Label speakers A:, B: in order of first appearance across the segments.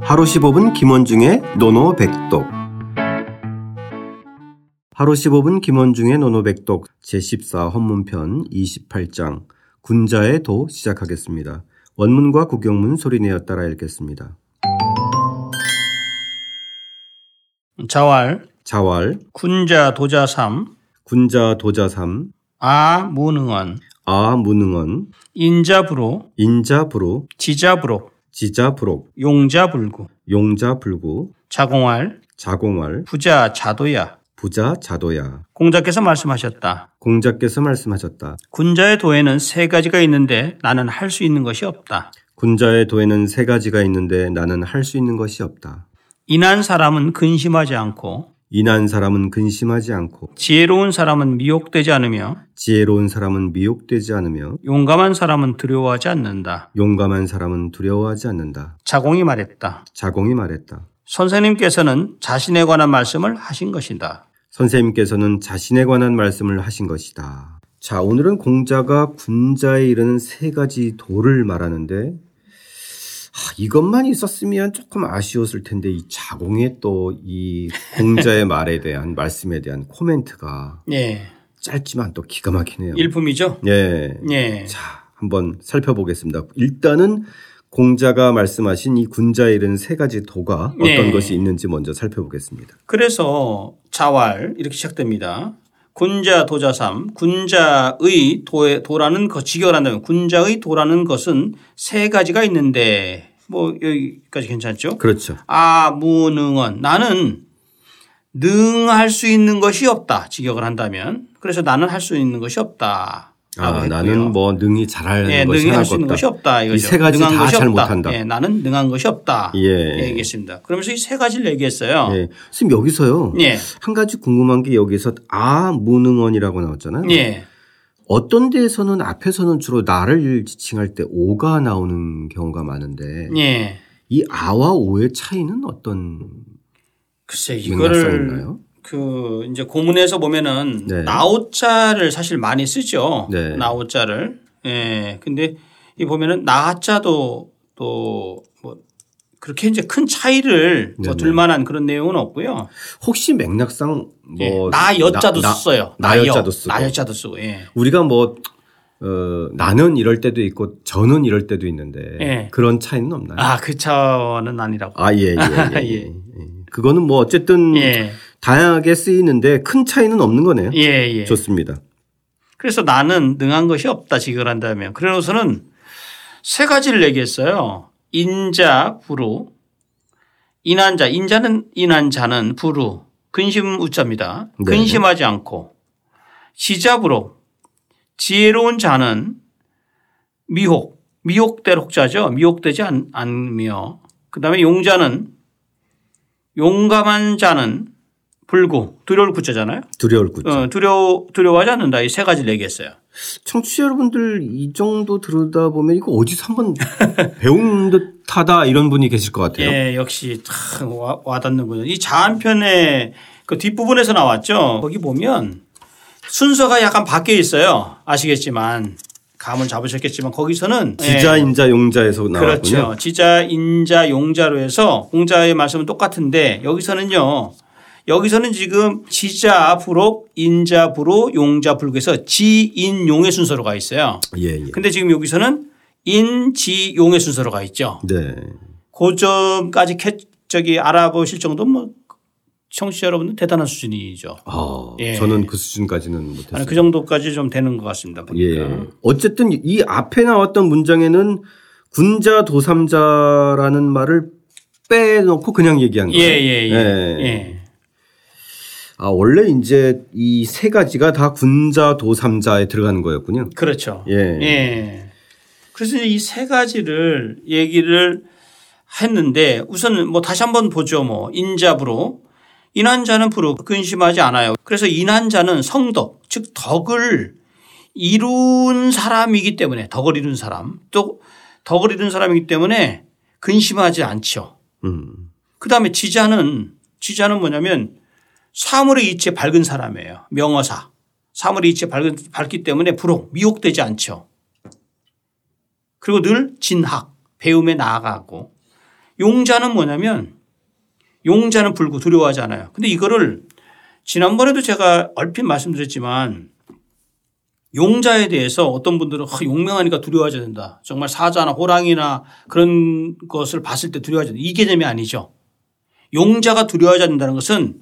A: 하루 15분 김원중의 노노백독 하루 15분 김원중의 노노백독 제14 헌문편 28장 군자의 도 시작하겠습니다. 원문과 구경문 소리내어 따라 읽겠습니다.
B: 자왈
A: 자왈
B: 군자 도자삼
A: 군자 도자삼
B: 아 무능원
A: 아 무능언
B: 인자부로
A: 인자부로
B: 지자부로
A: 지자부록
B: 용자불구
A: 용자불구
B: 자공할
A: 자공왈
B: 부자 자도야
A: 부자 자도야
B: 공자께서 말씀하셨다.
A: 공자께서 말씀하셨다.
B: 군자의 도에는 세 가지가 있는데 나는 할 수 있는 것이 없다.
A: 군자의 도에는 세 가지가 있는데 나는 할 수 있는 것이 없다.
B: 인한 사람은 근심하지 않고
A: 인한 사람은 근심하지 않고
B: 지혜로운 사람은 미혹되지 않으며
A: 지혜로운 사람은 미혹되지 않으며
B: 용감한 사람은 두려워하지 않는다.
A: 용감한 사람은 두려워하지 않는다.
B: 자공이 말했다.
A: 자공이 말했다.
B: 선생님께서는 자신에 관한 말씀을 하신 것이다.
A: 선생님께서는 자신에 관한 말씀을 하신 것이다. 자, 오늘은 공자가 군자에 이르는 세 가지 도를 말하는데 아, 이것만 있었으면 조금 아쉬웠을 텐데 이 자공의 또 이 공자의 말에 대한 말씀에 대한 코멘트가
B: 예,
A: 짧지만 또 기가 막히네요.
B: 일품이죠.
A: 예.
B: 예.
A: 자, 한번 살펴보겠습니다. 일단은 공자가 말씀하신 이 군자에 이른 세 가지 도가 어떤
B: 네.
A: 것이 있는지 먼저 살펴보겠습니다.
B: 그래서 자활 이렇게 시작됩니다. 군자 도자삼 군자의 도에, 도라는 것 직역한다면 군자의 도라는 것은 세 가지가 있는데 뭐 여기까지 괜찮죠? 아,
A: 그렇죠.
B: 아무능언 나는 능할 수 있는 것이 없다 직역을 한다면 그래서 나는 할 수 있는 것이 없다. 라고
A: 아,
B: 했고요.
A: 나는 뭐 능히 잘하는
B: 예,
A: 것이
B: 능히
A: 하나
B: 할 수 있는
A: 없다.
B: 것이 없다 이거죠.
A: 이세 가지
B: 능한
A: 다
B: 것이
A: 잘
B: 없다.
A: 못한다.
B: 예, 나는 능한 것이 없다. 네,
A: 예.
B: 얘기했습니다. 그러면서 이 세 가지를 얘기했어요.
A: 예. 선생님 여기서요.
B: 예.
A: 한 가지 궁금한 게 여기서 아 무능언이라고 나왔잖아요.
B: 예.
A: 어떤 데에서는 앞에서는 주로 나를 지칭할 때 오가 나오는 경우가 많은데
B: 예.
A: 이 아와 오의 차이는 어떤
B: 글쎄 이거를
A: 맥락상인가요?
B: 그 이제 고문에서 보면은
A: 네.
B: 나오자를 사실 많이 쓰죠.
A: 네.
B: 나오자를. 예. 근데 이 보면은 나자도 또 뭐 그렇게 이제 큰 차이를 뭐
A: 네네.
B: 둘만한 그런 내용은 없고요.
A: 혹시 맥락상
B: 예.
A: 뭐
B: 나여자도
A: 나- 나-
B: 써요.
A: 나여자도 쓰고.
B: 나여자도 쓰고. 예.
A: 우리가 뭐 어, 나는 이럴 때도 있고 저는 이럴 때도 있는데
B: 예.
A: 그런 차이는 없나요?
B: 아 그 차원은 아니라고.
A: 아예예 예, 예,
B: 예.
A: 예. 그거는 뭐 어쨌든
B: 예.
A: 다양하게 쓰이는데 큰 차이는 없는 거네요.
B: 예. 예.
A: 좋습니다.
B: 그래서 나는 능한 것이 없다 지적을 한다면 그래놓고서는 세 가지를 얘기했어요. 인자, 부루, 인한자, 인자는 인한자는 부루, 근심 우자입니다.
A: 네.
B: 근심하지 않고 지자부로 지혜로운 자는 미혹, 미혹될 혹자죠. 미혹되지 않, 않으며 그다음에 용자는 용감한 자는 불구, 두려울 구자잖아요.
A: 두려울 구죠.
B: 어, 두려워 두려워하지 않는다. 이 세 가지를 얘기했어요.
A: 청취자 여러분들 이 정도 들으다 보면 이거 어디서 한번 배운 듯하다 이런 분이 계실 것 같아요.
B: 예, 역시 참 와- 와닿는군요. 이 자한편의 그 뒷부분에서 나왔죠. 거기 보면 순서가 약간 바뀌어 있어요. 아시겠지만 감을 잡으셨겠지만 거기서는 예,
A: 지자 인자 용자에서 나왔군요.
B: 그렇죠. 지자, 인자, 용자로 해서 공자의 말씀은 똑같은데 여기서는요. 여기서는 지금 지자, 부록, 인자, 부로, 용자, 불구에서 지, 인, 용의 순서로 가 있어요.
A: 예, 예.
B: 근데 지금 여기서는 인, 지, 용의 순서로 가 있죠.
A: 네.
B: 그 점까지 캐, 저기 알아보실 정도 뭐 청취자 여러분들 대단한 수준이죠.
A: 아,
B: 예.
A: 저는 그 수준까지는 못했어요.
B: 아니, 그 정도까지 좀 되는 것 같습니다. 보니까.
A: 예. 어쨌든 이 앞에 나왔던 문장에는 군자 도삼자라는 말을 빼놓고 그냥 얘기한
B: 예,
A: 거예요.
B: 예, 예.
A: 예.
B: 예.
A: 아, 원래 이제 이 세 가지가 다 군자 도삼자에 들어가는 거였군요.
B: 그렇죠.
A: 예.
B: 예. 그래서 이 세 가지를 얘기를 했는데 우선 뭐 다시 한번 보죠. 뭐 인자부로 인한자는 부로 근심하지 않아요. 그래서 인한자는 성덕 즉 덕을 이룬 사람이기 때문에 덕을 이룬 사람 또 덕을 이룬 사람이기 때문에 근심하지 않죠.
A: 음.
B: 그다음에 지자는 지자는 뭐냐면 사물의 이치에 밝은 사람이에요. 명어사. 사물의 이치에 밝은, 밝기 때문에 부록 미혹되지 않죠. 그리고 늘 진학 배움에 나아가고 용자는 뭐냐면 용자는 불고 두려워하지 않아요. 근데 이거를 지난번에도 제가 얼핏 말씀드렸지만 용자에 대해서 어떤 분들은 "아, 용맹하니까 두려워하지 않는다. 정말 사자나 호랑이나 그런 것을 봤을 때 두려워하지 않는다. 이 개념이 아니죠. 용자가 두려워하지 않는다는 것은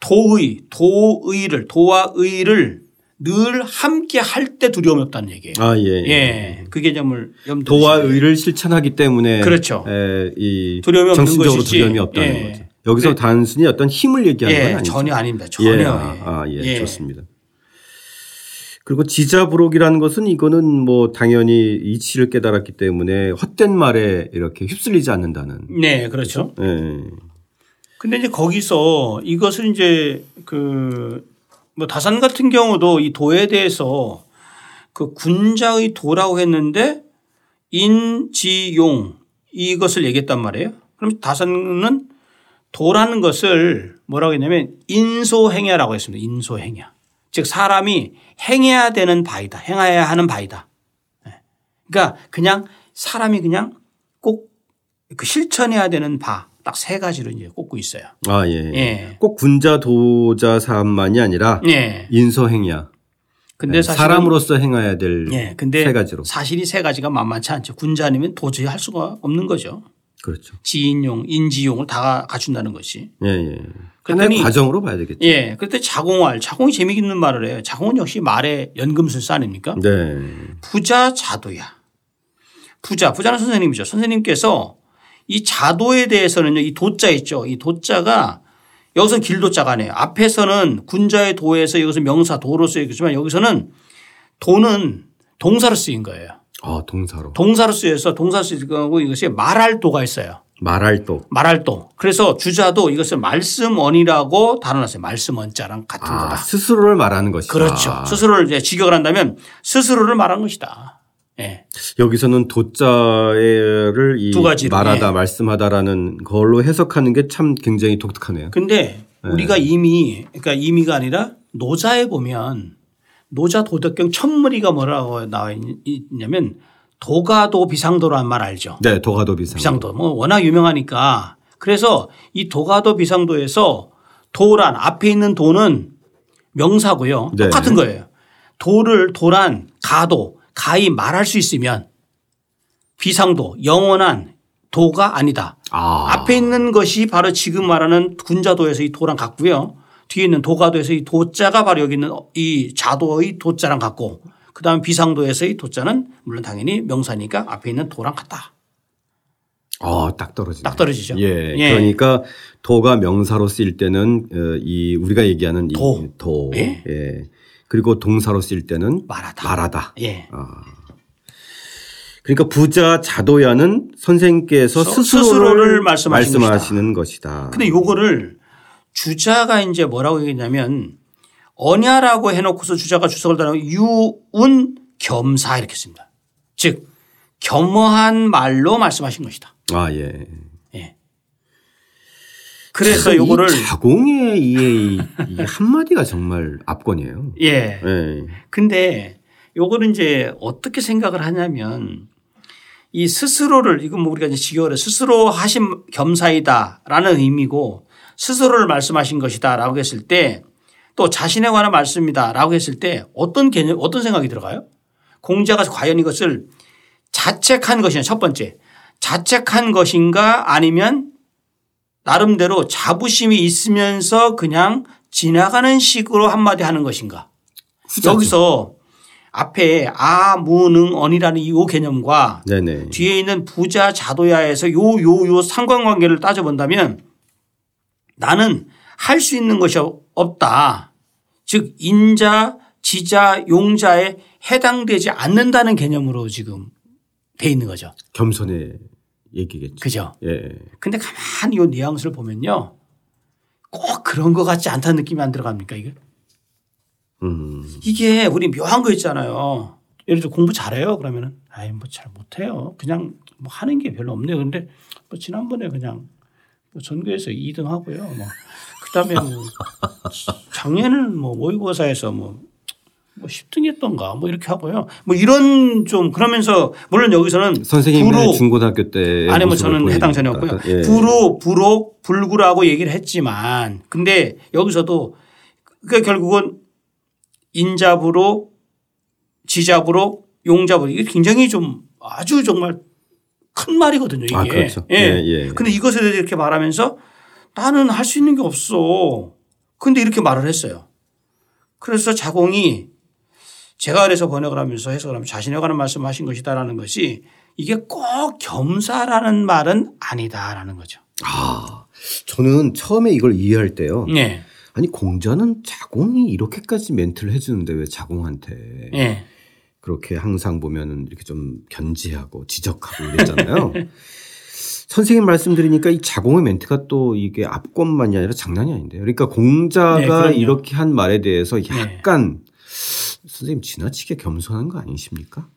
B: 도의, 도의를, 도와 의를 늘 함께 할 때 두려움이 없다는 얘기예요.
A: 아, 예.
B: 예. 그 개념을 염두에
A: 도와 의를 실천하기 때문에
B: 그렇죠.
A: 에, 이
B: 두려움이 없는
A: 정신적으로
B: 것이지.
A: 두려움이 없다는
B: 예.
A: 거죠. 여기서 단순히 어떤 힘을 얘기하는 건
B: 예,
A: 아니죠.
B: 전혀 아닙니다. 전혀.
A: 예, 아, 아, 예,
B: 예.
A: 좋습니다. 그리고 지자부록이라는 것은 이거는 뭐 당연히 이치를 깨달았기 때문에 헛된 말에 이렇게 휩쓸리지 않는다는.
B: 네, 그렇죠.
A: 예.
B: 근데 이제 거기서 이것을 이제 그 뭐 다산 같은 경우도 이 도에 대해서 그 군자의 도라고 했는데 인지용 이것을 얘기했단 말이에요. 그럼 다산은 도라는 것을 뭐라고 했냐면 인소행야라고 했습니다. 인소행야. 즉 사람이 행해야 되는 바이다. 행해야 하는 바이다. 예. 그러니까 그냥 사람이 그냥 꼭 그 실천해야 되는 바 딱 세 가지를 이제 꼽고 있어요.
A: 아, 예.
B: 예.
A: 꼭 군자 도자 사업만이 아니라
B: 예.
A: 인서행야.
B: 근데
A: 예,
B: 사실은
A: 사람으로서 행해야 될
B: 예, 근데
A: 세 가지로.
B: 사실 이 세 가지가 만만치 않죠. 군자 아니면 도저히 할 수가 없는 거죠.
A: 그렇죠.
B: 지인용, 인지용을 다 갖춘다는 것이.
A: 예, 예.
B: 그랬더니
A: 하나의 과정으로 봐야 되겠죠.
B: 예. 그때 자공할, 자공이 재미있는 말을 해요. 자공은 역시 말의 연금술사 아닙니까?
A: 네.
B: 부자 자도야. 부자, 부자는 선생님이죠. 선생님께서 이 자도에 대해서는요, 이 도자 있죠. 이 도자가 여기서 길도자가 아니에요. 앞에서는 군자의 도에서 여기서 명사 도로 쓰여있지만 여기서는 도는 동사로 쓰인 거예요.
A: 아, 동사로.
B: 동사로 쓰여서 동사로 쓰이고 이것이 말할 도가 있어요.
A: 말할 또.
B: 말할 도. 그래서 주자도 이것을 말씀원이라고 단어놨어요. 말씀원자랑 같은
A: 아,
B: 거다.
A: 스스로를 말하는 것이다.
B: 그렇죠. 스스로를 이제 직역을 한다면 스스로를 말한 것이다. 예.
A: 여기서는 도자를 이
B: 두 가지로,
A: 말하다
B: 예.
A: 말씀하다라는 걸로 해석하는 게 참 굉장히 독특하네요.
B: 근데 우리가 이미 그러니까 이미가 아니라 노자에 보면 노자 도덕경 첫무리가 뭐라고 나와 있- 있냐면 도가도 비상도라는 말 알죠.
A: 네, 도가도 비상.
B: 비상도 뭐 워낙 유명하니까 그래서 이 도가도 비상도에서 도란 앞에 있는 도는 명사고요
A: 네.
B: 똑같은 거예요 도를 도란 가도 가히 말할 수 있으면 비상도 영원한 도가 아니다
A: 아,
B: 앞에 있는 것이 바로 지금 말하는 군자도에서 이 도랑 같고요 뒤에 있는 도가도에서 이 도자가 바로 여기 있는 이 자도의 도자랑 같고 그다음 비상도에서의 도자는 물론 당연히 명사니까 앞에 있는 도랑 같다.
A: 아, 딱 떨어지네.
B: 딱 떨어지죠.
A: 예, 그러니까 도가 명사로 쓰일 때는 어, 이 우리가 얘기하는 이
B: 도.
A: 도.
B: 예.
A: 예. 그리고 동사로 쓰일 때는
B: 말하다.
A: 말하다.
B: 예.
A: 그러니까 부자 자도야는 선생께서
B: 스-
A: 스스로를,
B: 스스로를 말씀하신 것이다.
A: 말씀하시는 것이다.
B: 근데 요거를 주자가 이제 뭐라고 얘기했냐면 언야라고 해놓고서 주자가 주석을 달라고 유운 겸사 이렇게 씁니다. 즉 겸허한 말로 말씀하신 것이다.
A: 아, 예.
B: 예. 그래서
A: 참이
B: 요거를
A: 자공의 이, 이 한마디가 정말 압권이에요.
B: 예.
A: 예.
B: 근데 요거는 이제 어떻게 생각을 하냐면 이 스스로를 이건 뭐 우리가 이제 직역을 해요. 스스로 하신 겸사이다라는 의미고 스스로를 말씀하신 것이다라고 했을 때 또 자신에 관한 말씀이다라고 했을 때 어떤 개념 어떤 생각이 들어가요? 공자가 과연 이것을 자책한 것이냐 첫 번째 자책한 것인가 아니면 나름대로 자부심이 있으면서 그냥 지나가는 식으로 한마디 하는 것인가
A: 후자죠.
B: 여기서 앞에 아, 아무능언이라는 이 개념과
A: 네네.
B: 뒤에 있는 부자 자도야에서 요 요 요 상관관계를 따져본다면 나는 할 수 있는 것이 없다. 즉 인자, 지자, 용자에 해당되지 않는다는 개념으로 지금 돼 있는 거죠.
A: 겸손의 얘기겠죠.
B: 그죠?
A: 예.
B: 근데 가만히 요 뉘앙스를 보면요. 꼭 그런 것 같지 않다는 느낌이 안 들어갑니까 이게?
A: 음.
B: 이게 우리 묘한 거 있잖아요. 예를 들어 공부 잘해요 그러면은 아이 뭐 잘 못해요. 그냥 뭐 하는 게 별로 없네요. 근데 뭐 지난번에 그냥 뭐 전교에서 2등 하고요. 뭐 그다음에 뭐 작년에는 뭐 모의고사에서 뭐 뭐 10등이었던가 뭐 이렇게 하고요. 뭐 이런 좀 그러면서 물론 여기서는
A: 선생님의
B: 부로
A: 중고등학교 때
B: 아니 뭐 저는 해당 전이었고요.
A: 예.
B: 부로 부로 불구라고 얘기를 했지만 근데 여기서도 그 결국은 인잡으로 지잡으로 용잡으로 이게 굉장히 좀 아주 정말 큰 말이거든요 이게.
A: 아 그렇죠.
B: 예.
A: 예, 예.
B: 근데 이것에 대해서 이렇게 말하면서 나는 할 수 있는 게 없어. 근데 이렇게 말을 했어요. 그래서 자공이 제가 그래서 번역을 하면서 해석을 하면 자신에 관한 말씀하신 것이다라는 것이 이게 꼭 겸사라는 말은 아니다라는 거죠.
A: 아 저는 처음에 이걸 이해할 때요.
B: 예.
A: 아니 공자는 자공이 이렇게까지 멘트를 해주는데 왜 자공한테
B: 예.
A: 그렇게 항상 보면은 이렇게 좀 견제하고 지적하고 이랬잖아요. 선생님 말씀드리니까 이 자공의 멘트가 또 이게 압권만이 아니라 장난이 아닌데요. 그러니까
B: 네,
A: 공자가
B: 그럼요. 네.
A: 이렇게 한 말에 대해서 약간 선생님 지나치게 겸손한 거 아니십니까?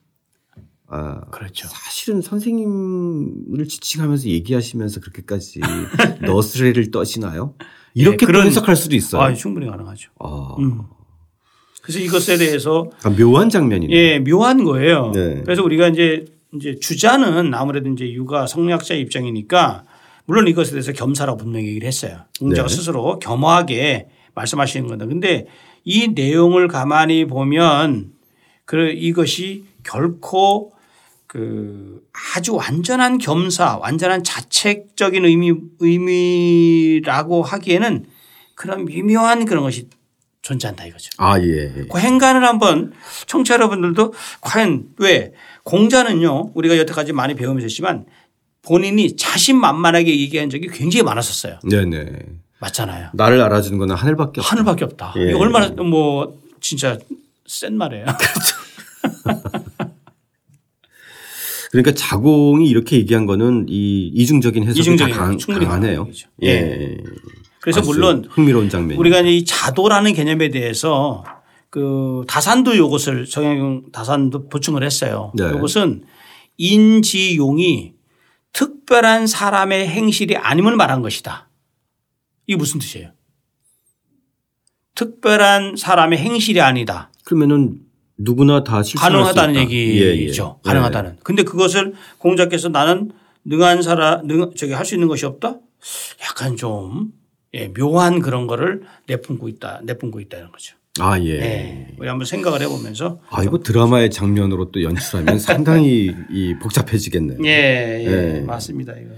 A: 아,
B: 그렇죠.
A: 사실은 선생님을 지칭하면서 얘기하시면서 그렇게까지 너스레를 떠시나요? 이렇게
B: 예, 그런-
A: 또 해석할 수도 있어요.
B: 아, 충분히 가능하죠.
A: 아,
B: 음. 그래서 이것에 대해서
A: 약간 묘한 장면이네요.
B: 예, 묘한 거예요.
A: 네.
B: 그래서 우리가 이제 이제 주자는 아무래도 이제 육아 성략자 입장이니까 물론 이것에 대해서 겸사라고 분명히 얘기를 했어요. 공자가
A: 네.
B: 스스로 겸허하게 말씀하시는 건데 근데 이 내용을 가만히 보면 그 이것이 결코 그 아주 완전한 겸사, 완전한 자책적인 의미 의미라고 하기에는 그런 미묘한 그런 것이 존재한다 이거죠.
A: 아, 예. 예.
B: 그 행간을 한번 청취자 여러분들도 과연 왜 공자는요 우리가 여태까지 많이 배우면서 했지만 본인이 자신만만하게 얘기한 적이 굉장히 많았었어요.
A: 네네.
B: 맞잖아요.
A: 나를 알아주는 거는 하늘밖에 없다.
B: 하늘밖에 없다.
A: 예.
B: 이거 얼마나 뭐 진짜 센 말이에요.
A: 그러니까 자공이 이렇게 얘기한 거는 이 이중적인 해석이
B: 이중적인
A: 다 강,
B: 충분히
A: 강하네요.
B: 가능한 얘기죠.
A: 예.
B: 그래서
A: 아주
B: 물론
A: 흥미로운 장면.
B: 우리가 이제 이 자도라는 개념에 대해서 그 다산도 요것을 정영 다산도 보충을 했어요.
A: 네.
B: 요것은 인지용이 특별한 사람의 행실이 아님을 말한 것이다. 이게 무슨 뜻이에요? 특별한 사람의 행실이 아니다.
A: 그러면은 누구나 다 예, 실수
B: 가능하다는 얘기죠. 가능하다는. 예, 근데 그것을 공자께서 나는 능한 사람, 능, 저기 할 수 있는 것이 없다? 약간 좀 예, 묘한 그런 거를 내뿜고 있다, 내뿜고 있다는 거죠.
A: 아 예.
B: 예. 우리 한번 생각을 해보면서
A: 아 이거 드라마의 장면으로 또 연출하면 상당히 이 복잡해지겠네요.
B: 예, 예,
A: 예.
B: 맞습니다. 이거.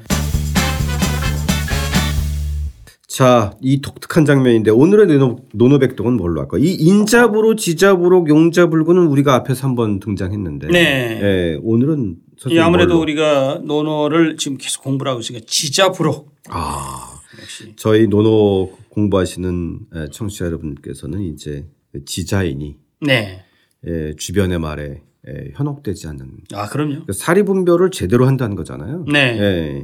A: 자, 이 독특한 장면인데 오늘의 노노, 노노백동은 뭘로 할까? 이 인자부로 지자부로 용자불구는 우리가 앞에서 한번 등장했는데.
B: 네.
A: 예, 오늘은
B: 이
A: 선생님
B: 아무래도
A: 뭘로?
B: 우리가 논어를 지금 계속 공부를 하고 있으니까 지자부록
A: 아.
B: 역시
A: 저희 노노 공부하시는 에, 청취자 여러분께서는 이제 지자인이
B: 네,
A: 에, 주변의 말에 에, 현혹되지 않는
B: 아 그럼요.
A: 그러니까 사리분별을 제대로 한다는 거잖아요.
B: 네.
A: 예.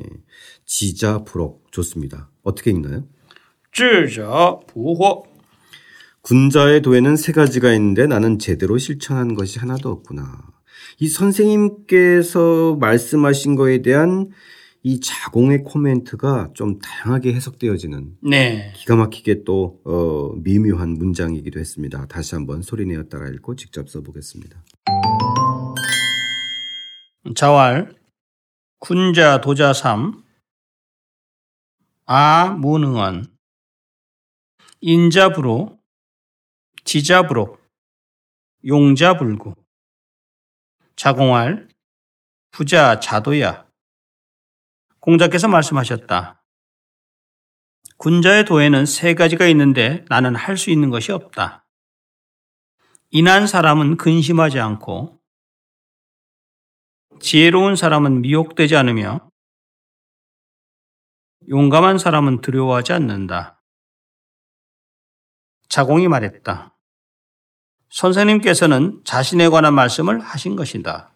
A: 지자 불혹 좋습니다. 어떻게 읽나요?
B: 지자부호
A: 군자의 도에는 세 가지가 있는데 나는 제대로 실천한 것이 하나도 없구나. 이 선생님께서 말씀하신 거에 대한 이 자공의 코멘트가 좀 다양하게 해석되어지는
B: 네,
A: 기가 막히게 또 어, 미묘한 문장이기도 했습니다. 다시 한번 소리내어 따라 읽고 직접 써보겠습니다.
B: 자왈 군자 도자삼 아 무능언 인자부로 지자부로 용자불구 자공할 부자 자도야 공자께서 말씀하셨다. 군자의 도에는 세 가지가 있는데 나는 할 수 있는 것이 없다. 인한 사람은 근심하지 않고 지혜로운 사람은 미혹되지 않으며 용감한 사람은 두려워하지 않는다. 자공이 말했다. 선생님께서는 자신에 관한 말씀을 하신 것이다.